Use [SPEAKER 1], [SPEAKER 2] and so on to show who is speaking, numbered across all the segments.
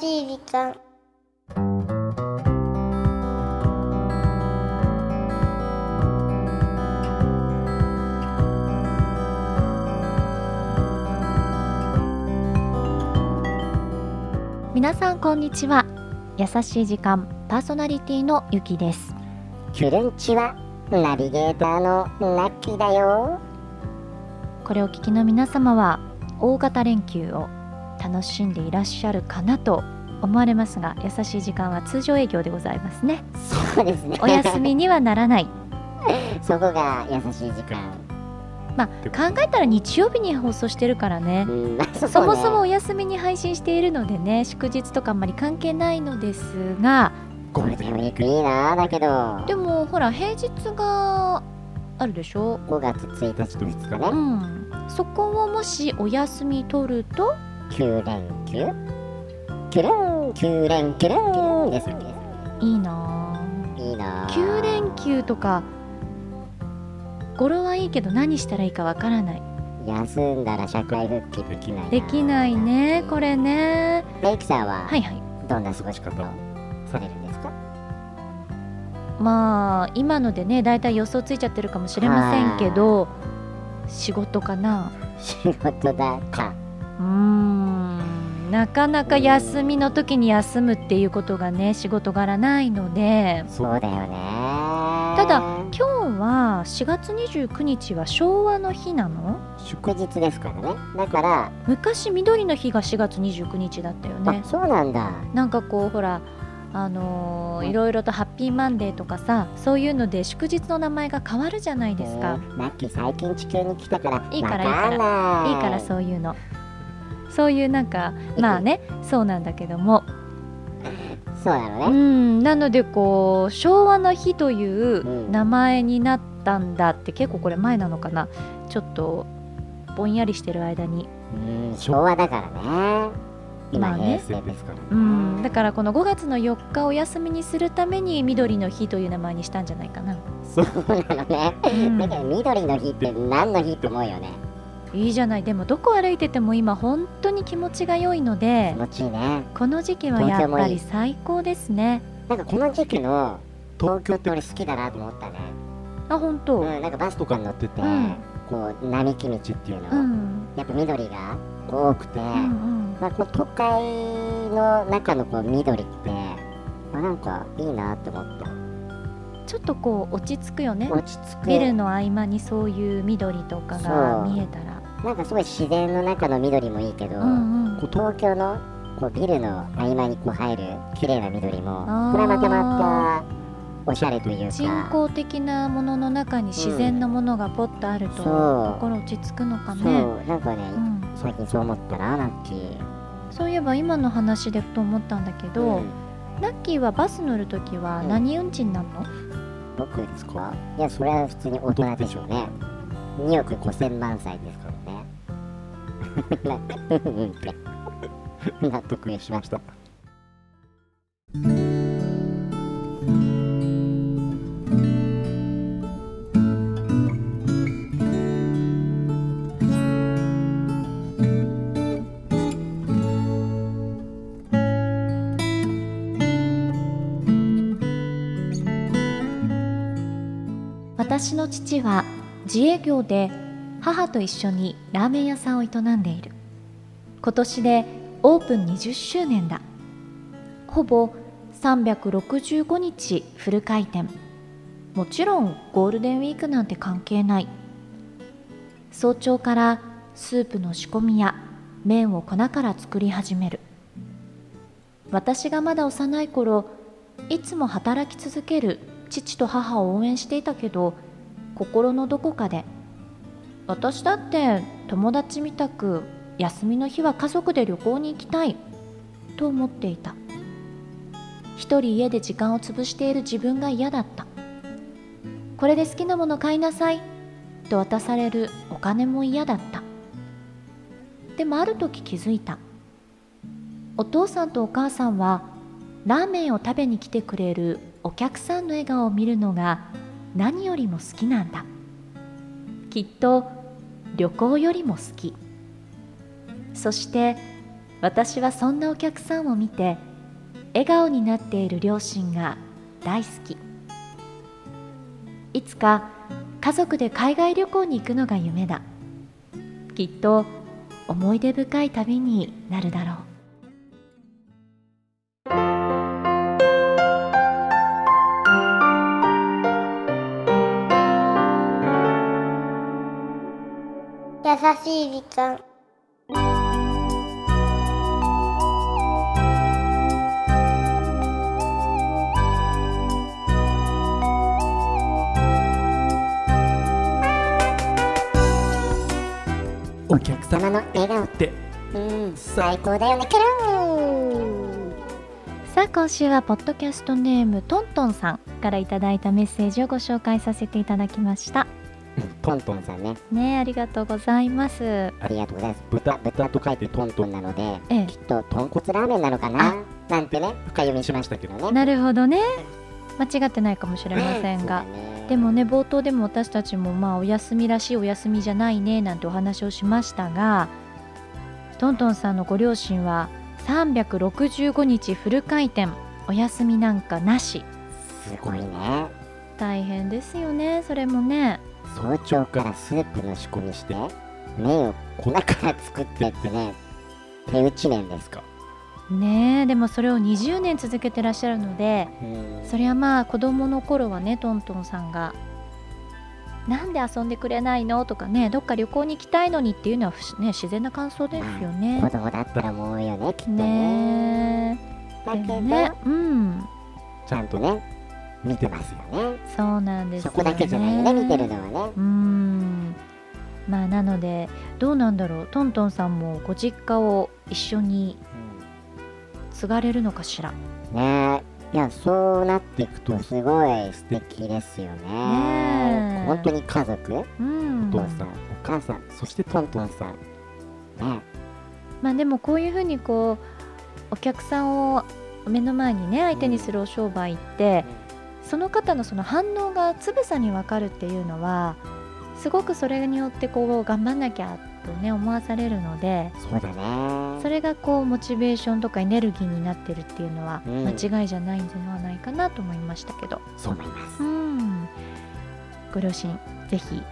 [SPEAKER 1] しい時間
[SPEAKER 2] 皆さんこんにちは優しい時間パーソナリティのゆきです
[SPEAKER 1] キュレンチはナビゲーターのラッキーだよ
[SPEAKER 2] これをお聞きの皆様は大型連休を楽しんでいらっしゃるかなと思われますが優しい時間は通常営業でございますね
[SPEAKER 1] そうですね
[SPEAKER 2] お休みにはならない
[SPEAKER 1] そこが優しい時間
[SPEAKER 2] まあ考えたら日曜日に放送してるからね
[SPEAKER 1] うんま あ
[SPEAKER 2] そもそも
[SPEAKER 1] う
[SPEAKER 2] お
[SPEAKER 1] ね
[SPEAKER 2] 休みに配信しているのでね祝日とかあんまり関係ないのですが
[SPEAKER 1] ゴールデンウィークいいなだけど
[SPEAKER 2] でもほら平日があるでしょ
[SPEAKER 1] 5月1日ですか
[SPEAKER 2] う
[SPEAKER 1] ね
[SPEAKER 2] んそこをもしお休み取ると
[SPEAKER 1] 9連休キュレンキュレンキュレンですね
[SPEAKER 2] いいなぁ
[SPEAKER 1] いいな
[SPEAKER 2] 9連休とか語呂はいいけど何したらいいかわからない
[SPEAKER 1] 休んだら社会復帰できない
[SPEAKER 2] できないねこれね
[SPEAKER 1] レイキさんは
[SPEAKER 2] はいはい
[SPEAKER 1] どんな過ごし方をされるんですか
[SPEAKER 2] まあ今のでねだいたい予想ついちゃってるかもしれませんけど仕事かな
[SPEAKER 1] 仕事だか
[SPEAKER 2] うーんなかなか休みの時に休むっていうことがね仕事柄ないので
[SPEAKER 1] そうだよね
[SPEAKER 2] ただ今日は4月29日は昭和の日なの
[SPEAKER 1] 祝日ですからねだから、
[SPEAKER 2] 昔緑の日が4月29日だったよね
[SPEAKER 1] あそうなんだ
[SPEAKER 2] なんかこうほらあのー
[SPEAKER 1] うん
[SPEAKER 2] いろいろとハッピーマンデーとかさそういうので祝日の名前が変わるじゃないですか、
[SPEAKER 1] えーラッキー最近地球に来たから
[SPEAKER 2] いいから
[SPEAKER 1] わかんない
[SPEAKER 2] いいからそういうのそういうなんか
[SPEAKER 1] うん
[SPEAKER 2] まあねそうなんだけども
[SPEAKER 1] そうだろ
[SPEAKER 2] う
[SPEAKER 1] うね
[SPEAKER 2] んなのでこう昭和の日といううん名前になったんだって結構これ前なのかなちょっとぼんやりしてる間に
[SPEAKER 1] うん昭和だからね
[SPEAKER 2] ま
[SPEAKER 1] 今
[SPEAKER 2] あね
[SPEAKER 1] 平成ですからね
[SPEAKER 2] うんだからこの5月の4日をお休みにするために緑の日という名前にしたんじゃないかな、
[SPEAKER 1] そうなのね、
[SPEAKER 2] うん
[SPEAKER 1] だけど緑の日って何の日って思うよね
[SPEAKER 2] いいじゃないでもどこ歩いてても今本当に気持ちが良いので
[SPEAKER 1] 気持ちいいね
[SPEAKER 2] この時期はやっぱり最高ですね
[SPEAKER 1] なんかこの時期の東京って俺好きだなと思ったね
[SPEAKER 2] あ本当
[SPEAKER 1] うん、なんかバスとかに乗ってて、
[SPEAKER 2] うん
[SPEAKER 1] こう並木道っていうの、
[SPEAKER 2] うん
[SPEAKER 1] やっぱ緑が多くて、
[SPEAKER 2] うんうん
[SPEAKER 1] まあ、こう都会の中のこう緑って、あ、なんかいいなって思った
[SPEAKER 2] ちょっとこう落ち着くよね
[SPEAKER 1] 落ち着く
[SPEAKER 2] ビルの合間にそういう緑とかが
[SPEAKER 1] そう
[SPEAKER 2] 見えたら
[SPEAKER 1] なんかすごい自然の中の緑もいいけど、
[SPEAKER 2] うんうん
[SPEAKER 1] こう東京のこうビルの合間にこう入る綺麗な緑
[SPEAKER 2] あー
[SPEAKER 1] もこれまたまたおしゃれという
[SPEAKER 2] 人
[SPEAKER 1] か
[SPEAKER 2] 工的なものの中に自然のものがポッとあると、
[SPEAKER 1] そう
[SPEAKER 2] 心落ち着くのか
[SPEAKER 1] そう
[SPEAKER 2] ね
[SPEAKER 1] なんかね、
[SPEAKER 2] うん、
[SPEAKER 1] 最近そう思ったなラッキー
[SPEAKER 2] そういえば今の話でふと思ったんだけど、
[SPEAKER 1] うん
[SPEAKER 2] ラッキーはバス乗るときは何運賃なの、
[SPEAKER 1] 僕ですかいやそれは普通に大人でしょうね2億5000万歳ですからねうんうんって納得しました
[SPEAKER 2] 私の父は自営業で母と一緒にラーメン屋さんを営んでいる今年でオープン20周年だほぼ365日フル回転もちろんゴールデンウィークなんて関係ない早朝からスープの仕込みや麺を粉から作り始める私がまだ幼い頃いつも働き続ける父と母を応援していたけど心のどこかで私だって友達みたく休みの日は家族で旅行に行きたいと思っていた一人家で時間を潰している自分が嫌だったこれで好きなもの買いなさいと渡されるお金も嫌だったでもある時気づいたお父さんとお母さんはラーメンを食べに来てくれるお客さんの笑顔を見るのが何よりも好きなんだきっと旅行よりも好きそして私はそんなお客さんを見て笑顔になっている両親が大好きいつか家族で海外旅行に行くのが夢だきっと思い出深い旅になるだろう
[SPEAKER 3] 優しい時間
[SPEAKER 4] お客様
[SPEAKER 1] 様
[SPEAKER 4] っ
[SPEAKER 1] の笑顔
[SPEAKER 4] て
[SPEAKER 1] うん
[SPEAKER 4] 最
[SPEAKER 1] 最高だよねクルン
[SPEAKER 2] さあ今週はポッドキャストネームトントンさんからいただいたメッセージをご紹介させていただきました
[SPEAKER 1] トントンさんね
[SPEAKER 2] ねえありがとうございますえ
[SPEAKER 1] ありがとうございます
[SPEAKER 4] 豚
[SPEAKER 1] 豚豚と書いてトントンなので
[SPEAKER 2] え
[SPEAKER 1] きっと豚骨ラーメンなのかななんてね深読みしましたけどね
[SPEAKER 2] なるほどね間違ってないかもしれませんが
[SPEAKER 1] そうだね
[SPEAKER 2] でもね冒頭でも私たちもまあお休みらしいお休みじゃないねなんてお話をしましたがトントンさんのご両親は365日フル回転お休みなんかなし
[SPEAKER 1] すごいね
[SPEAKER 2] 大変ですよねそれもね
[SPEAKER 1] 早朝からスープの仕込みして麺を粉から作ってってね手打ち麺ですか
[SPEAKER 2] ねえでもそれを20年続けてらっしゃるのでそりゃまあ子供の頃はねトントンさんが「なんで遊んでくれないの?」とかね「どっか旅行に行きたいのに」っていうのはふし、ね、自然な感想ですよね
[SPEAKER 1] 子。供だったら思うよねきっとね
[SPEAKER 2] ねえ
[SPEAKER 1] だけど、
[SPEAKER 2] ねうん
[SPEAKER 1] ちゃんとね見てますよね
[SPEAKER 2] そうなんです
[SPEAKER 1] そ
[SPEAKER 2] よ、ね、
[SPEAKER 1] こだけじゃないよね見てるのはね
[SPEAKER 2] うんまあなのでどうなんだろうトントンさんもご実家を一緒に継がれるのかしらね
[SPEAKER 1] ねえいやそうなっていくとすごい素敵ですよね
[SPEAKER 2] ねえ
[SPEAKER 1] 本当に家族お
[SPEAKER 2] うん
[SPEAKER 1] 父さん、お母さんそしてトントンさんね
[SPEAKER 2] まあでもこういうふうにこうお客さんを目の前にね相手にするお商売って、その方のその反応がつぶさに分かるっていうのはすごくそれによってこう頑張んなきゃとね思わされるので
[SPEAKER 1] そうだね
[SPEAKER 2] それがこうモチベーションとかエネルギーになってるっていうのは
[SPEAKER 1] うん
[SPEAKER 2] 間違いじゃないんではないかなと思いましたけど、
[SPEAKER 1] そう思います
[SPEAKER 2] うん、ご両親ぜひ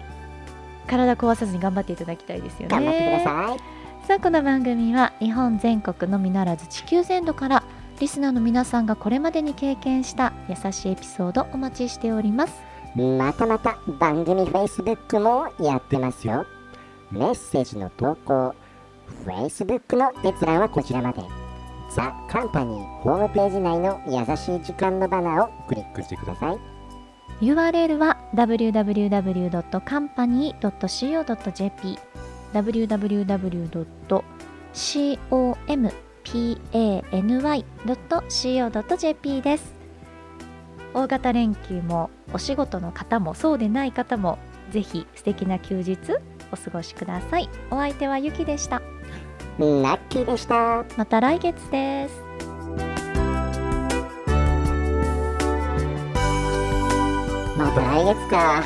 [SPEAKER 2] 体壊さずに頑張っていただきたいですよね。
[SPEAKER 1] 頑張ってください
[SPEAKER 2] さあこの番組は日本全国のみならず地球全土からリスナーの皆さんがこれまでに経験した優しいエピソードお待ちしております
[SPEAKER 1] またまた番組 Facebook もやってますよ。メッセージの投稿、Facebook の閲覧はこちらまで。ザ・カンパニーホームページ内の優しい時間のバナーをクリックしてください。
[SPEAKER 2] URL は www.company.co.jp www.company.co.jp です大型連休もお仕事の方もそうでない方もぜひ素敵な休日お過ごしくださいお相手はゆきでした
[SPEAKER 1] ラッキーでした。
[SPEAKER 2] また来月です
[SPEAKER 1] また来月か。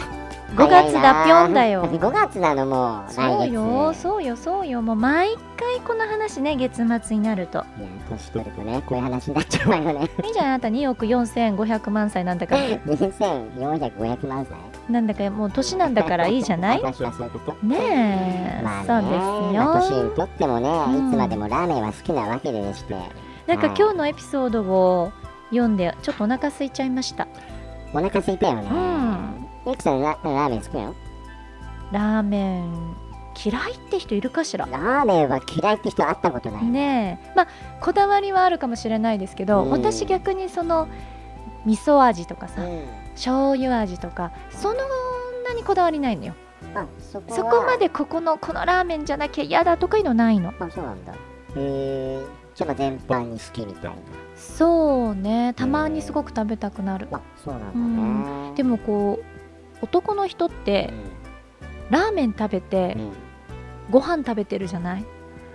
[SPEAKER 2] 5月だぴょ
[SPEAKER 1] 早いなん
[SPEAKER 2] だよ
[SPEAKER 1] 5月なのもう。
[SPEAKER 2] そうよ
[SPEAKER 1] 来月
[SPEAKER 2] そうよそうよもう毎回この話ね月末になると
[SPEAKER 1] いや、年取るとね、こういう話になっちゃうわよ ね。
[SPEAKER 2] いいじゃんあなた2億4500万歳なんだから
[SPEAKER 1] 2400、500万歳。
[SPEAKER 2] なんだかもう年なんだからいいじゃない
[SPEAKER 1] 私はそういうこと。
[SPEAKER 2] ねえ、
[SPEAKER 1] まあね、
[SPEAKER 2] そうです
[SPEAKER 1] 私
[SPEAKER 2] よ
[SPEAKER 1] にとってもね、
[SPEAKER 2] うん
[SPEAKER 1] いつまでもラーメンは好きなわけでして、
[SPEAKER 2] なんか今日のエピソードを読んでちょっとお腹空いちゃいました
[SPEAKER 1] お腹空いたよね
[SPEAKER 2] う。ん
[SPEAKER 1] ゆきさんラ、ラーメン好きなの
[SPEAKER 2] ラーメン嫌いって人いるかしら
[SPEAKER 1] ラーメンは嫌いって人会ったことない。
[SPEAKER 2] ねえまあこだわりはあるかもしれないですけど、
[SPEAKER 1] うん
[SPEAKER 2] 私逆にその味噌味とか
[SPEAKER 1] う
[SPEAKER 2] さ、
[SPEAKER 1] ん。
[SPEAKER 2] 醤油味とかそんなにこだわりないのよ
[SPEAKER 1] あ、そこは
[SPEAKER 2] そこま。でここのこのラーメンじゃなきゃ嫌だとかいうのないの
[SPEAKER 1] あ、そうなんだ。へえ。ちょっと全般に好きみたい
[SPEAKER 2] そうねたまにすごく食べたくなる
[SPEAKER 1] な。あ、そうなんだね。
[SPEAKER 2] で
[SPEAKER 1] も、
[SPEAKER 2] もこう男の人ってラーメン食べてご飯食べてるじゃない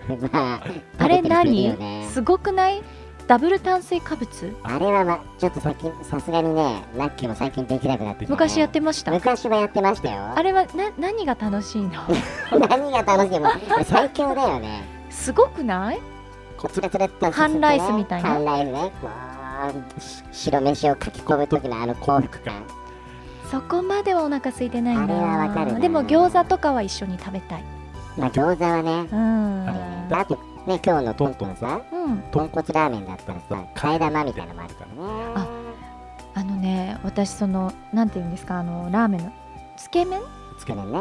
[SPEAKER 1] うん。まあ、
[SPEAKER 2] あれ
[SPEAKER 1] 食べてる人いる
[SPEAKER 2] 何、
[SPEAKER 1] よね
[SPEAKER 2] すごくないダブル炭水化物
[SPEAKER 1] あれは、まあ、ちょっとさきさすがにね、ラッキーも最近できなくなってきたね
[SPEAKER 2] 昔やってました
[SPEAKER 1] 昔はやってましたよ。
[SPEAKER 2] あれはな何が 楽しいの
[SPEAKER 1] 何が楽しいもう最強だよね。
[SPEAKER 2] すごくない
[SPEAKER 1] こうつるつるっと
[SPEAKER 2] 半ライスみたいな
[SPEAKER 1] 半ライスねもうし白飯をかき込む時のあの幸福感
[SPEAKER 2] そこまではお腹空いてないな
[SPEAKER 1] あれはわかるな
[SPEAKER 2] でも餃子とかは一緒に食べたい
[SPEAKER 1] まあ餃子はね
[SPEAKER 2] うん
[SPEAKER 1] であとね今日のトントンさ
[SPEAKER 2] うん
[SPEAKER 1] 豚骨ラーメンだったらさ替え玉みたいなのもあるからね
[SPEAKER 2] ああのね私そのなんていうんですかあのラーメンのつけ麺
[SPEAKER 1] つけ麺ね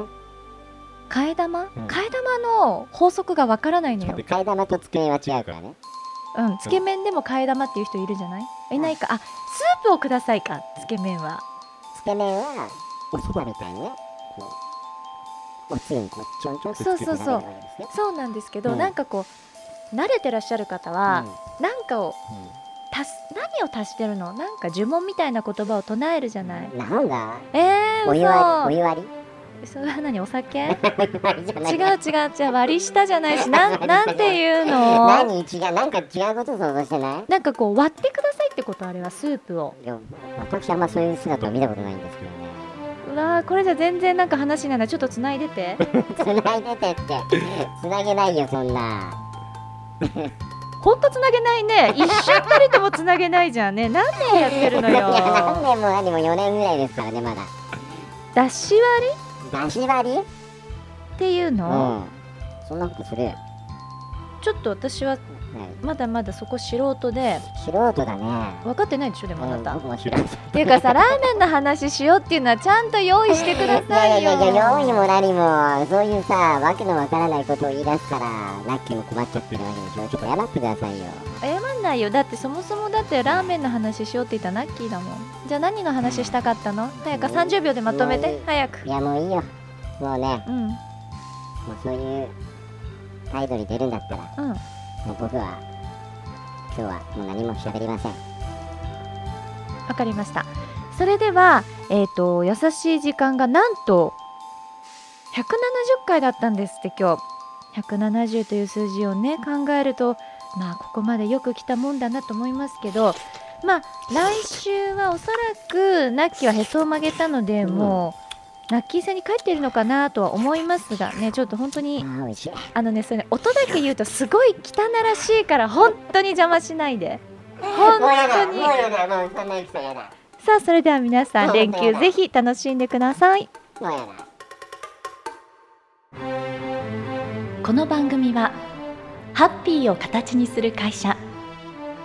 [SPEAKER 2] 替え玉、
[SPEAKER 1] うん
[SPEAKER 2] 替え玉の法則がわからないのよ
[SPEAKER 1] で、替え玉とつけ麺は違うからね
[SPEAKER 2] うん、つけ麺でも替え玉っていう人いるじゃないいないかあスープをくださいかつけ麺は
[SPEAKER 1] つけ麺はおそばみたいにねこうおつゆにこうちょんちょんとつけて
[SPEAKER 2] そうそうそう
[SPEAKER 1] 食べるわけですね
[SPEAKER 2] そうなんですけど、
[SPEAKER 1] うん
[SPEAKER 2] なんかこう慣れてらっしゃる方は、なんかを
[SPEAKER 1] うんうん
[SPEAKER 2] 足す何を足してるのなんか呪文みたいな言葉を唱えるじゃない、
[SPEAKER 1] なんだ
[SPEAKER 2] えー、
[SPEAKER 1] お湯割りお湯割り
[SPEAKER 2] 嘘 それは何お酒
[SPEAKER 1] お湯割りじゃ
[SPEAKER 2] 違う
[SPEAKER 1] ない
[SPEAKER 2] 違う違う割り下じゃないしなん なんていうの
[SPEAKER 1] 何違うなんか違うこと想像してない
[SPEAKER 2] なんかこう割ってくださいってことあれはスープを
[SPEAKER 1] いや私あんまそういう姿を見たことないんですけどね
[SPEAKER 2] うわーこれじゃ全然なんか話にならないちょっとつないでて
[SPEAKER 1] 繋いでてって繋げないよそんな
[SPEAKER 2] ほんとつなげない ね一瞬たりともつなげないじゃんね何年やってるの
[SPEAKER 1] いや何
[SPEAKER 2] よ
[SPEAKER 1] 年も何も4年ぐらいですからねまだ
[SPEAKER 2] だし割り
[SPEAKER 1] だし割りうん
[SPEAKER 2] っていうの、
[SPEAKER 1] そんなことする、はい、
[SPEAKER 2] ちょっと私はまだまだそこ素人で
[SPEAKER 1] 素人だね
[SPEAKER 2] 分かってないでしょでもあなた、
[SPEAKER 1] うん
[SPEAKER 2] っ
[SPEAKER 1] 僕も知らない
[SPEAKER 2] ていうかさラーメンの話しようっていうのはちゃんと用意してくださいよ
[SPEAKER 1] いやいやいや用意も何もそういうさわけのわからないことを言い出すからラッキーも困っちゃってるわけでしょちょっと謝ってくださいよ
[SPEAKER 2] 謝んないよだってそもそもだってラーメンの話しようって言ったナッキーだもんじゃあ何の話したかったの早く30秒でまとめて
[SPEAKER 1] うん
[SPEAKER 2] 早く
[SPEAKER 1] いやもういいよもうね
[SPEAKER 2] うんうん
[SPEAKER 1] もうそういう態度に出るんだったらもう僕は今日はもう何も喋りません
[SPEAKER 2] わかりましたそれではえっ、と優しい時間がなんと170回だったんですって今日170という数字をね考えるとまあここまでよく来たもんだなと思いますけどまあ来週はおそらくナッキーはへそを曲げたので
[SPEAKER 1] うん
[SPEAKER 2] もう、ナッキーさんに帰っているのかなとは思いますがねちょっと本当
[SPEAKER 1] あ
[SPEAKER 2] に
[SPEAKER 1] ー美味しい
[SPEAKER 2] あのねそれね音だけ言うとすごい汚らしいから本当に邪魔しないで本
[SPEAKER 1] もう
[SPEAKER 2] 当
[SPEAKER 1] やだもう
[SPEAKER 2] に
[SPEAKER 1] やだもうそんなエピソードやだ
[SPEAKER 2] さあそれでは皆さん
[SPEAKER 1] そうだ
[SPEAKER 2] 連
[SPEAKER 1] ね
[SPEAKER 2] 休ぜひ楽しんでください
[SPEAKER 1] もうやだ
[SPEAKER 2] この番組はハッピーを形にする会社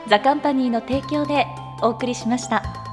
[SPEAKER 2] ザカンパニーの提供でお送りしました。